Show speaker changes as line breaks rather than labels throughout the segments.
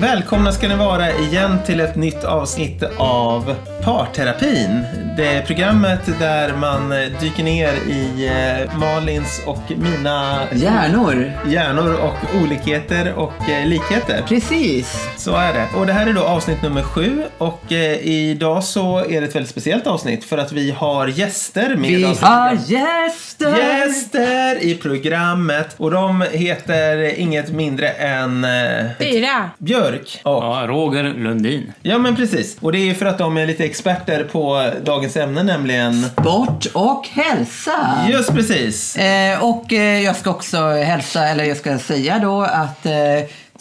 Välkomna ska ni vara igen till ett nytt avsnitt av Parterapin. Det är programmet där man dyker ner i eh, Malins och mina
Hjärnor.
hjärnor och olikheter och eh, likheter.
Precis.
Så är det. Och det här är då avsnitt nummer sju och eh, idag så är det ett väldigt speciellt avsnitt för att vi har gäster med
Vi
oss.
har gäster.
Gäster i programmet och de heter inget mindre än eh,
Fyra.
Björk och
Ja, Roger Lundin.
Ja men precis. Och det är ju för att de är lite experter på dagens ämne nämligen.
Sport och hälsa.
Just precis.
Eh, och eh, jag ska också hälsa, eller jag ska säga då att eh,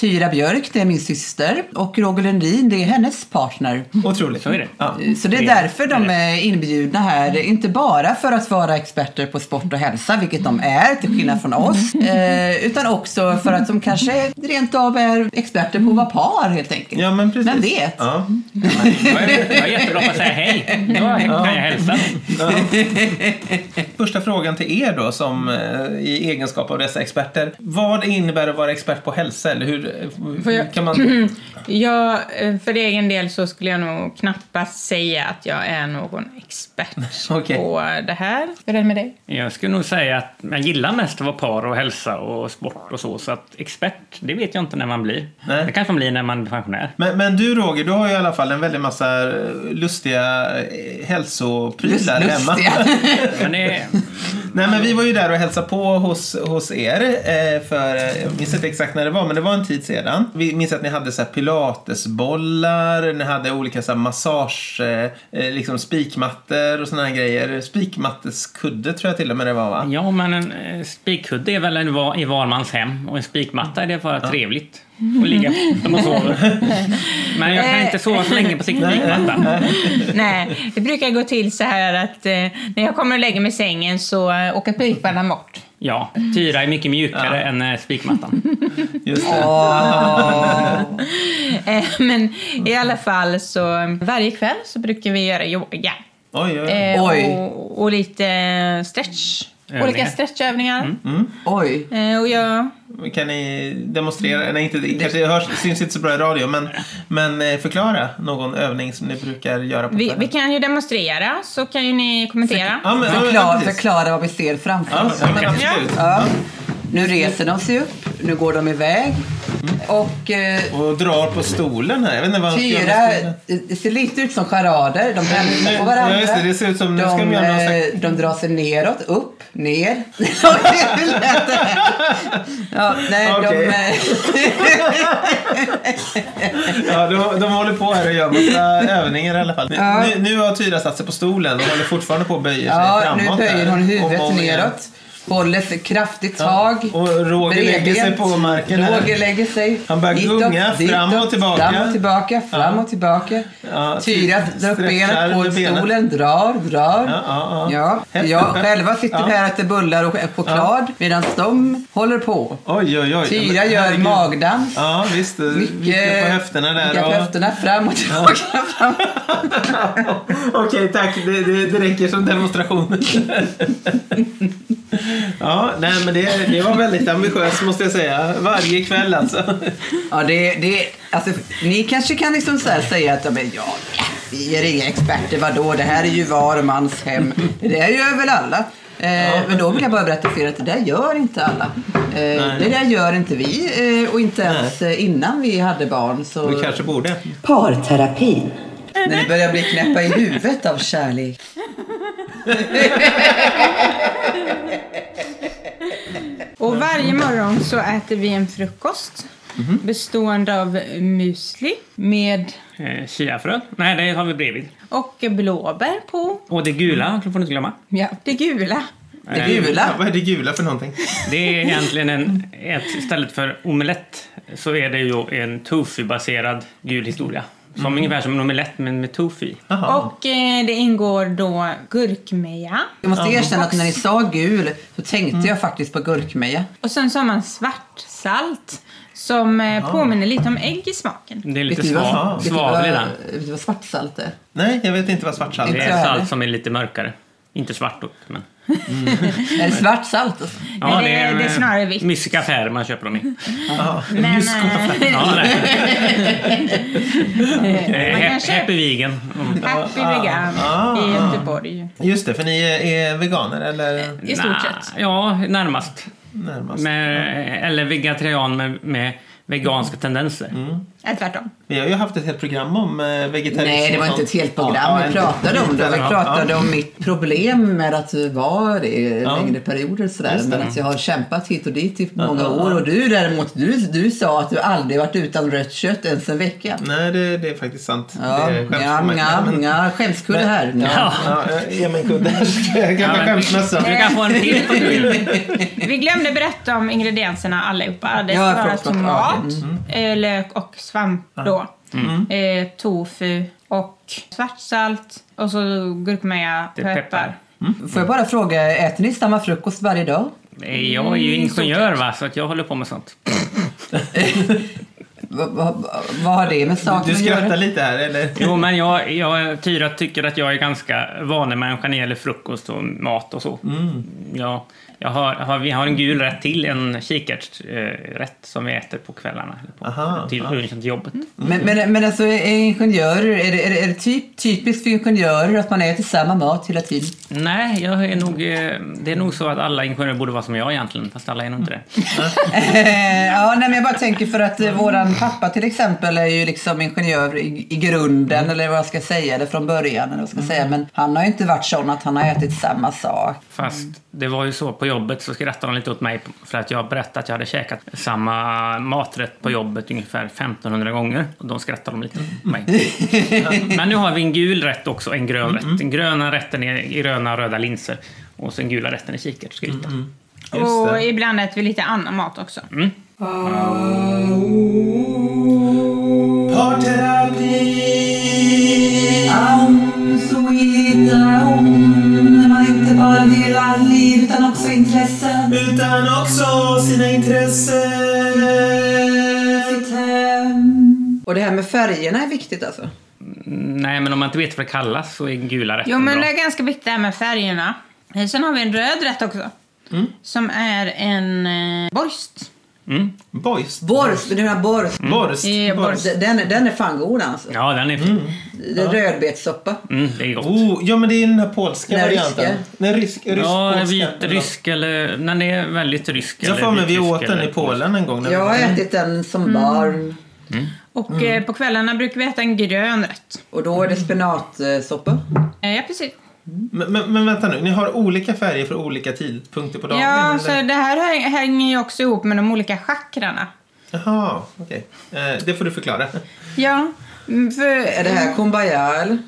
Tyra Björk, det är min syster och Roger Lundin, det är hennes partner.
Otroligt.
Så är det.
Ja.
Eh, Så det är
Trevligt.
därför de är inbjudna här, inte bara för att vara experter på sport och hälsa, vilket de är till skillnad från oss, eh, utan också för att de kanske rent av är experter på att vara par helt enkelt.
Ja men precis.
Vem vet?
Ja.
Jag är, jag är jättebra på att säga hej. Ja, kan jag hälsa.
Första frågan till er då som eh, i egenskap av dessa experter. Vad innebär att vara expert på hälsa? Eller hur
Får jag-
kan man...
Jag, eh, för egen del så skulle jag nog knappast säga att jag är någon expert
Okej.
på det här. Hur är det med dig?
Jag skulle nog säga att jag gillar mest att vara par och hälsa och sport och så. Så att expert, det vet jag inte när man blir.
Nej.
Det kanske man blir när man blir pensionär.
Men, men du Roger, du har ju i alla fall en väldig massa eh, lustiga eh, hälsoprylar hemma.
Lustiga.
Men det,
Nej men vi var ju där och hälsade på hos, hos er eh, för, eh, jag minns inte exakt när det var, men det var en tid sedan. Vi minns att ni hade så här pilatesbollar, ni hade olika så här massage, eh, eh, liksom spikmattor och såna här grejer. Spikmatteskudde tror jag till och med det var va?
ja, men en eh, spikkudde är väl en va, i var mans hem och en spikmatta är det bara trevligt att ligga på när man sover. Men jag kan inte sova så länge på spikmatta.
Nej, det brukar gå till så här att eh, när jag kommer och lägger mig i sängen så eh, åker pipan bort.
Ja, Tyra är mycket mjukare än eh, spikmattan.
Just det.
Åh.
Eh, men i alla fall så eh, varje kväll så brukar vi göra yoga.
Oj, oj, oj.
Eh,
Oj.
Och, och lite eh, stretch.
Övningar.
Olika stretchövningar.
Oj.
Eh, och jag
Kan ni demonstrera? Nej, inte, det kanske hörs, syns inte så bra i radio, men, men eh, förklara någon övning som ni brukar göra på
Vi,
kvällen.
vi kan ju demonstrera, så kan ju ni kommentera.
Ja, men, ja, men,
Förklara,
precis.
förklara vad vi ser framför
Ja,
oss.
ja, men absolut.
Ja. Nu reser de sig upp, nu går de iväg. Och eh,
Och drar på stolen här. Jag vet inte vad han ska göra
Tyra,
med stolen.
det ser lite ut som charader. De hälsar på varandra.
Ja, just det. Det ser ut som- nu ska de
de,
göra någon
eh,
slags-
de drar sig neråt, upp, ner. Hur lät det? ja, nej, de,
Okej.
eh,
Ja, de, de håller på här och gör massa övningar i alla fall. Nu, nu har Tyra satt sig på stolen och håller fortfarande på att böja sig
ja, nu
framåt.
böjer
där.
hon huvudet
Om och om igen.
neråt. Håller sig kraftigt tag.
Och Roger lägger sig
Bredbent.
på marken här.
Roger lägger sig.
Han börjar
Ditåt,
gunga, fram
ditåt,
och tillbaka.
Fram och tillbaka, fram och tillbaka.
Ja,
Tyra drar upp
stretchar
benet på
med benen.
stolen, drar, drar.
Ja, ja, ja.
jag själva sitter
Ja.
här och äter bullar och choklad medan de håller på.
Oj, oj, oj.
Tyra
Men,
gör
herregud.
magdans.
Ja, visst. Mycket på höfterna där.
Vicka på
och-
höfterna, fram och tillbaka. Fram.
Okej, tack. Det, det, det räcker som demonstration. ja, nej, men det, det var väldigt ambitiöst måste jag säga. Varje kväll alltså.
Ja, det, det, alltså, ni kanske kan liksom så här säga att ja, men ja, vi är inga experter, vadå? Det här är ju var mans hem. Det där gör väl alla? Eh, men då vill jag bara berätta för er att det där gör inte alla. Eh, det där gör inte vi eh, och inte ens eh, innan vi hade barn. Så...
Vi kanske borde.
Parterapin.
När ni börjar bli knäppa i huvudet av kärlek.
Och varje morgon så äter vi en frukost
Mhm.
bestående av müsli med
Eh, Chiafrö? Nej, det har vi bredvid.
och blåbär på.
Och det gula får du inte glömma.
Ja. Det gula.
Det gula.
Vad är det gula för någonting?
Det är egentligen en, ett, istället för omelett så är det ju en tofu-baserad gul historia. Som ungefär som en omelett men med tofu.
Jaha.
Och eh, det ingår då gurkmeja.
Jag måste erkänna att när ni sa gul så
Mm.
tänkte jag faktiskt på gurkmeja.
Och sen så har man svartsalt som eh, påminner lite om ägg i smaken.
Det är lite
Vet ni vad-
sva-
vet ni vad-
svavel i den.
Vet du vad svartsalt är?
Nej, jag vet inte vad svartsalt
Det
är.
jag
är
heller.
salt som är lite mörkare. Inte svartort, men...
Är det svart salt? alltså?
Ja,
det är- det är snarare vitt.
Mysiga affärer man köper dem i.
Ja.
Men,
Just kopplat.
eh,
Ja, nej.
man
Eh,
kan
ha-
köpa
Happy vegan. Mm.
Happy Vegan
Ah,
i
ah.
Göteborg.
Just det, för ni är, är veganer eller
I stort
Nah,
sett.
Ja, närmast.
närmast?
Med, eller vegetarian med, med veganska tendenser.
Äh, tvärtom.
Vi har ju haft ett helt program om eh, vegetarism.
Nej, det var
och
inte ett
sånt.
helt
Ja,
program.
en-
Vi pratade om det. Vi
Ja,
pratade
ja.
om mitt problem med att vara det i längre perioder och sådär.
Just det.
Men att jag har kämpat hit och dit i många
ja,
år.
ja.
Och du däremot, du, du sa att du aldrig varit utan rött kött ens en vecka.
Nej, det, det är faktiskt sant.
Ja,
det är skäms
nja,
för mig.
nja,
men-
nja, skämskulle
Men-
här. Nja.
Ja.
Ja, eh, ge mig en kudde. Jag kan
Ja,
ta
men-
skämtmössan.
Du kan få en till om du vill.
Vi glömde berätta om ingredienserna allihopa. Det ska
Ja,
vara
förlåt, Mm.
tomat,
Mm.
eh, lök och svamp då. Eh, tofu och svartsalt och så gurkmeja,
Det är
peppar.
peppar.
Mm.
Får jag bara fråga, äter ni samma frukost varje dag?
Jag är
Mm,
ju ingenjör va, så att jag håller på med sånt.
Va, va, va, vad har det med
Du
saken att
skrattar
göra?
lite här, eller?
Jo, men jag, jag Tyra tycker att jag är ganska vanemänniska när det gäller frukost och mat och så.
Mm.
Ja, jag har, har, vi har en gul rätt till, en kikärtsrätt eh, rätt som vi äter på kvällarna. eller På,
Aha,
till lunchen till jobbet.
Men, men, men alltså, är ingenjörer, är det, är det, är det typ, typiskt för ingenjörer att man äter samma mat hela tiden?
Nej, jag är nog, eh, det är nog så att alla ingenjörer borde vara som jag egentligen, fast alla är nog inte
Mm.
det.
Eh, ja, nej, men jag bara tänker för att eh, våran pappa till exempel är ju liksom ingenjör i, i grunden eller vad jag ska säga, eller från början eller vad jag ska säga. Men han har ju inte varit sån att han har ätit samma sak.
Fast det var ju så på jobbet så skrattade de lite åt mig för att jag berättade att jag hade käkat samma maträtt på jobbet ungefär 1500 gånger. Och de skrattade de lite åt mig. Men nu har vi en gul rätt också och en grön rätt. Den gröna rätten är gröna och röda linser. Och sen gula rätten är kikärtsgryta.
Just
Och
det.
ibland äter vi lite annan mat också.
Mm.
Parterapi!
I'm so när man inte bara delar liv utan också intressen.
Utan också sina intressen.
Och det här med färgerna är viktigt alltså?
Nej, men om man inte vet vad det kallas så är gula rätten
Jo men det
bra.
är ganska viktigt det här med färgerna. Eh, Sen har vi en röd rätt också.
Mm.
Som är en eh, borst.
Mm.
Borst.
Borst, du menar borst?
Borst.
Ja,
Borst.
Den, den är fan god alltså.
Ja, den är fin.
Det är Rödbetssoppa.
Mm, det är gott.
Mm. Oh, ja, men det är den här polska
Den här
varianten.
ryska.
Den rysk, rysk,
Ja,
polska.
vit rysk eller... Den är väldigt rysk.
Jag
eller
får mig vi
vitrysk
åt den
eller-
i Polen en gång. när vi
Jag
var
har
där.
ätit den som barn.
Och
Mm.
eh, på kvällarna brukar vi äta en grön rätt.
Och då är det spenatsoppa.
Eh, ja precis.
Men, men, men vänta nu, ni har olika färger för olika tidpunkter på dagen?
Ja,
eller?
så det här häng- hänger ju också ihop med de olika chakrarna.
Jaha, okej. Eh, det får du förklara.
Ja, mm, för...
Är det här kumbaya eller?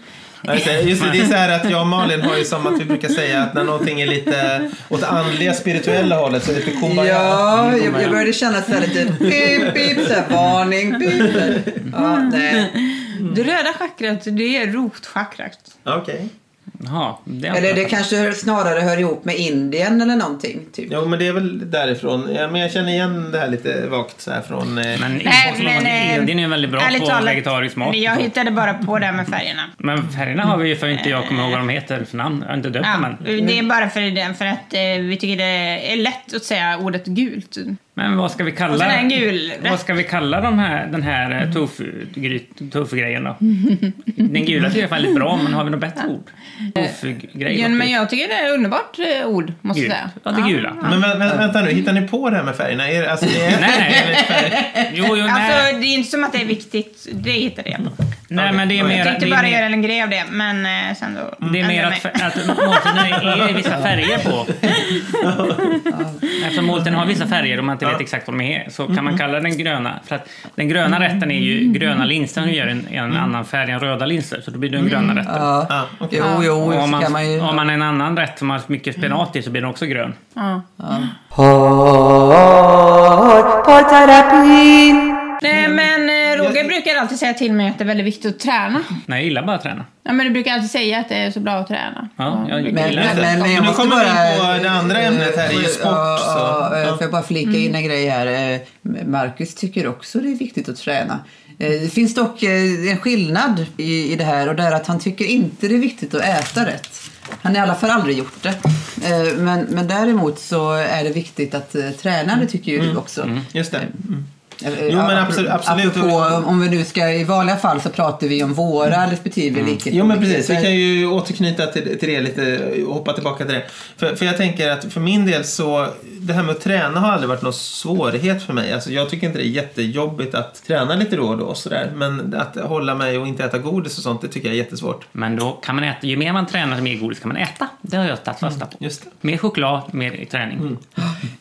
Alltså, Just det, det är så här att jag och Malin har ju som att vi brukar säga att när någonting är lite åt det andliga spirituella hållet så är det lite kumbaya.
Ja, jag, jag började känna så här lite pip, pip, så här, varning, pip. Ja, nej.
Det röda chakrat, det är rotchakrat.
Okej.
Jaha, det har jag
Eller det
inte-
kanske hör- snarare hör ihop med Indien eller någonting. Typ.
Jo, men det är väl därifrån. Ja, men jag känner igen det här lite vagt så här från... Eh,
Men
Nej,
Nej,
men, eh,
Indien är ju väldigt bra
ärligt
på
talat,
vegetarisk mat.
Jag hittade bara på det här med färgerna.
Men färgerna har vi ju för inte jag kommer ihåg vad de heter för namn. Jag har inte döpt
Ja,
dem än.
det är bara för, det, för att eh, vi tycker det är lätt att säga ordet gult.
Men vad ska vi
Och sen
kalla,
är en gul rätt.
vad ska vi kalla de här, den här eh, tofu- gry- tofu-grejen då? Den gula tycker jag är väldigt bra, men har vi något bättre ord? Tofu-grej?
Ja, men
låter
jag tycker det är ett underbart eh, ord, måste jag
Gult.
säga.
Ja, det gula.
Men vä- vä- vänta nu, hittar ni på det här med färgerna? Är, det- alltså, det är,
Nej, nej. Jo, jo, nej.
Alltså, det är inte som att det är viktigt. Det hittade jag på.
nej, men det är mer...
Jag tänkte
det Mm.
bara
är mer-
göra en grej av det, men eh, sen då...
Det är
Mm.
mer
ändrade
att,
jag
att måltiderna är vissa färger på. Eftersom måltiden har vissa färger och man inte vet exakt vad de är så kan man kalla den gröna. För att den gröna rätten är ju gröna linser och gör en,
Mm.
en annan färg än röda linser. Så då blir det den gröna rätten.
Ah,
Ja.
okej.
Jo, jo,
Och
Mm. så
om,
kan man
man,
ju... Mm.
om man har en annan rätt som har mycket spenat i så blir den också grön.
Ja. Nej, men eh, Roger brukar alltid säga till mig att det är väldigt viktigt att träna.
Nej, jag gillar bara att träna.
Ja, men du brukar alltid säga att det är så bra att träna.
Ja, jag
Men,
gillar
men,
det.
men,
Men
jag
nu
måste
kommer vi in
bara...
på det andra ämnet här, det är ju
Ja,
sport,
ja,
så.
ja,
Ja. Mm.
Får jag bara flika in en grej här. Eh, Marcus tycker också det är viktigt att träna. Eh, Det finns dock eh, en skillnad i, i det här och det är att han tycker inte det är viktigt att äta rätt. Han har i alla fall aldrig gjort det. Eh, Men, men däremot så är det viktigt att eh, träna, det tycker ju du också.
Just det. Mm.
Eh,
Jo, men
apro-
absolut- absolut.
Apropå, om vi nu ska, i vanliga fall så pratar vi om våra respektive likhet.
Mm. Jo
och
men precis,
likheter.
vi kan ju återknyta till, till det lite och hoppa tillbaka till det. För, för jag tänker att för min del så, det här med att träna har aldrig varit någon svårighet för mig. Alltså jag tycker inte det är jättejobbigt att träna lite då och då och sådär. Men att hålla mig och inte äta godis och sånt, det tycker jag är jättesvårt.
Men då kan man äta, ju mer man tränar, ju mer godis kan man äta. Det har jag tagit
Mm,
fasta på.
Just det.
Mer choklad, mer träning.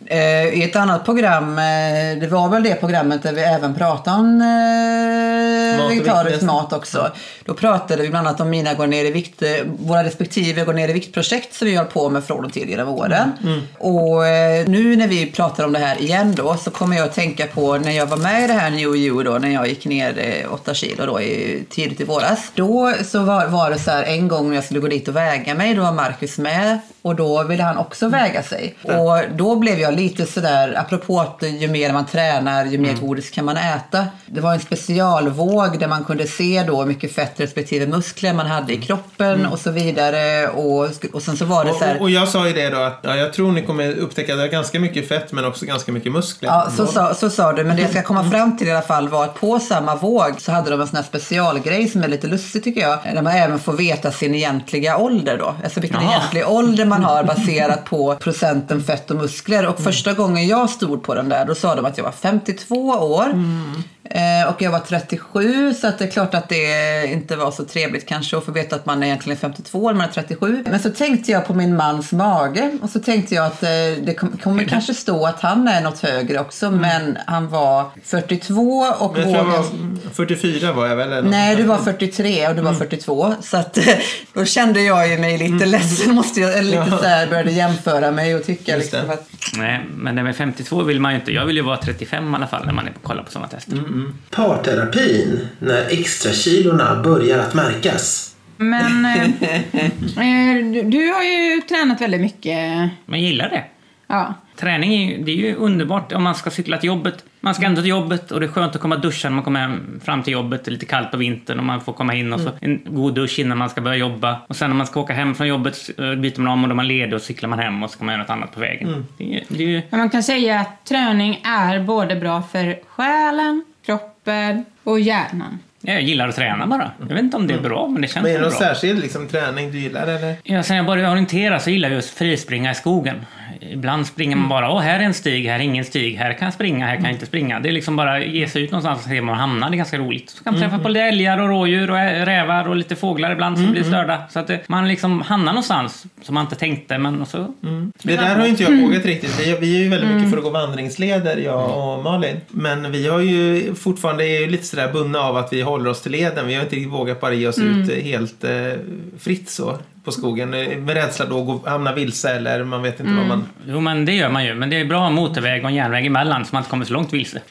Eh, I ett annat program, eh, det var väl det programmet där vi även pratade om eh,
Mat och
vegetarisk
viktnedsättning.
mat också. Då pratade vi bland annat om mina går ner i vikt, eh, våra respektive går ner i vikt-projekt som vi höll på med från och till genom åren.
Mm.
Och eh, nu när vi pratar om det här igen då så kommer jag att tänka på när jag var med i det här New You då när jag gick ner eh, 8 kilo då i, tidigt i våras. Då så var, var det så här en gång när jag skulle gå dit och väga mig, då var Marcus med och då ville han också
Mm.
väga sig. Och då blev jag lite sådär, apropå att ju mer man tränar ju
Mm.
mer godis kan man äta. Det var en specialvåg där man kunde se då hur mycket fett respektive muskler man hade i kroppen och så vidare. Och, sk- och sen så var det
Mm. Och,
så här,
och, och jag sa ju det då att ja, jag tror ni kommer upptäcka att jag har ganska mycket fett men också ganska mycket muskler.
Ja, så sa, så sa du. Men det jag ska
Mm.
komma fram till i alla fall var att på samma våg så hade de en sån här specialgrej som är lite lustig tycker jag. Där man även får veta sin egentliga ålder då. Alltså vilken
Jaha.
egentlig ålder man har baserat på procenten fett och muskler. Och första gången jag stod på den där då sa de att jag var 52 år. Eh, Och jag var 37 så att det är klart att det inte var så trevligt kanske att få veta att man är egentligen 52 eller man är 37. Men så tänkte jag på min mans mage och så tänkte jag att eh, det kom- kommer kanske stå att han är något högre också men han var 42 och
Men jag tror jag
vågen...
var, 44 var jag väl? eller något
Nej,
sånt
du
där.
var 43 och du var
Mm.
42. Så att, då kände jag ju mig lite ledsen. Måste jag, eller lite
Ja.
så här, började jämföra mig och tycka
Just det.
liksom att
Nej, men det med 52 vill man ju inte. Jag vill ju vara 35 i alla fall när man är på, kollar på sådana tester.
Parterapin, när extra kilorna börjar att märkas.
Men eh, eh, du, du har ju tränat väldigt mycket.
Men jag gillar det.
Ja.
Träning är ju, det är ju underbart om man ska cykla till jobbet. Man ska ändå till jobbet och det är skönt att komma och duscha när man kommer hem fram till jobbet. Det är lite kallt på vintern och man får komma in och så en god dusch innan man ska börja jobba. Och sen när man ska åka hem från jobbet eh, byter man om och då är man ledig och cyklar man hem och så kan man göra något annat på vägen. Det, är, ju- det är ju
Men man kan säga att träning är både bra för själen, kroppen och hjärnan.
Jag gillar att träna bara. Jag vet inte om det är bra, men det känns
Men är det
bra.
någon särskild liksom, träning du gillar eller?
Ja, sen jag började orientera så gillar jag just frispringa i skogen. Ibland springer man bara, åh här är en stig, här är ingen stig, här kan jag springa, här kan jag inte springa. Det är liksom bara ge sig ut någonstans och se var man hamnar, det är ganska roligt. Så kan man träffa på älgar och rådjur och ä- rävar och lite fåglar ibland som blir störda. Så att det, man liksom hamnar någonstans som man inte tänkte, men och så...
Det där har ju inte jag vågat riktigt. Vi, vi är ju väldigt mycket för att gå vandringsleder, jag och Malin. Men vi har ju fortfarande är ju lite sådär bundna av att vi håller oss till leden. Vi har inte riktigt vågat bara ge oss ut eh, helt eh, fritt så på skogen. Eh, Med rädsla då att gå- hamna vilse eller man vet inte vad man...
Jo, men det gör man ju. Men det är bra att ha motorväg och en järnväg emellan så man inte kommer så långt vilse.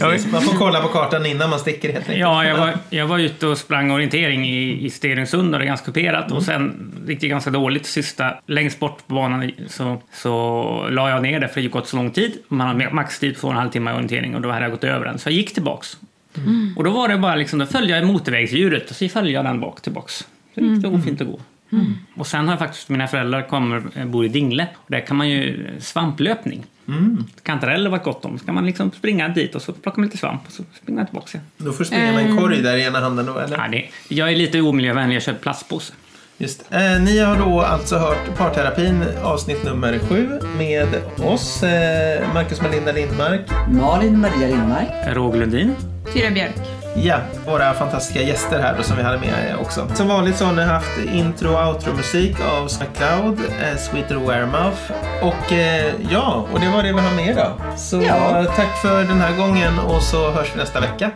Precis. Man får kolla på kartan innan man sticker helt enkelt.
Ja, jag var, jag var ute och sprang orientering i, i Stenungsund och det är ganska kuperat. Och sen gick det ganska dåligt sista, längst bort på banan i- så, så la jag ner det för det gick åt så lång tid. Man har maxtid på två och en halv timme i orientering och då hade jag gått över den. Så jag gick tillbaks. Och då var det bara liksom, då följde jag motorvägsdjuret och så följde jag den bak tillbaks. Så gick det ofint att gå. Och sen har jag faktiskt, mina föräldrar kommer, eh, bor i Dingle. Och där kan man ju eh, svamplöpning. Kantareller var gott om. Så kan man liksom springa dit och så plockar man lite svamp och så springer man tillbaks igen.
Då får springa med en korg där i ena handen då, eller?
Ja, det, jag är lite omiljövänlig, jag köper plastpåse.
Just det. Eh, ni har då alltså hört Parterapin avsnitt nummer sju med oss, eh, Marcus Melinda Lindmark,
Malin Maria Lindmark
Roger Lundin.
Tyra Björk.
Ja, våra fantastiska gäster här då, som vi hade med också. Som vanligt så har ni haft intro och outro-musik av Cloud, eh, Sweeter Wearmouth och eh, ja, och det var det vi hann med idag. Så
Ja.
eh, tack för den här gången och så hörs vi nästa vecka.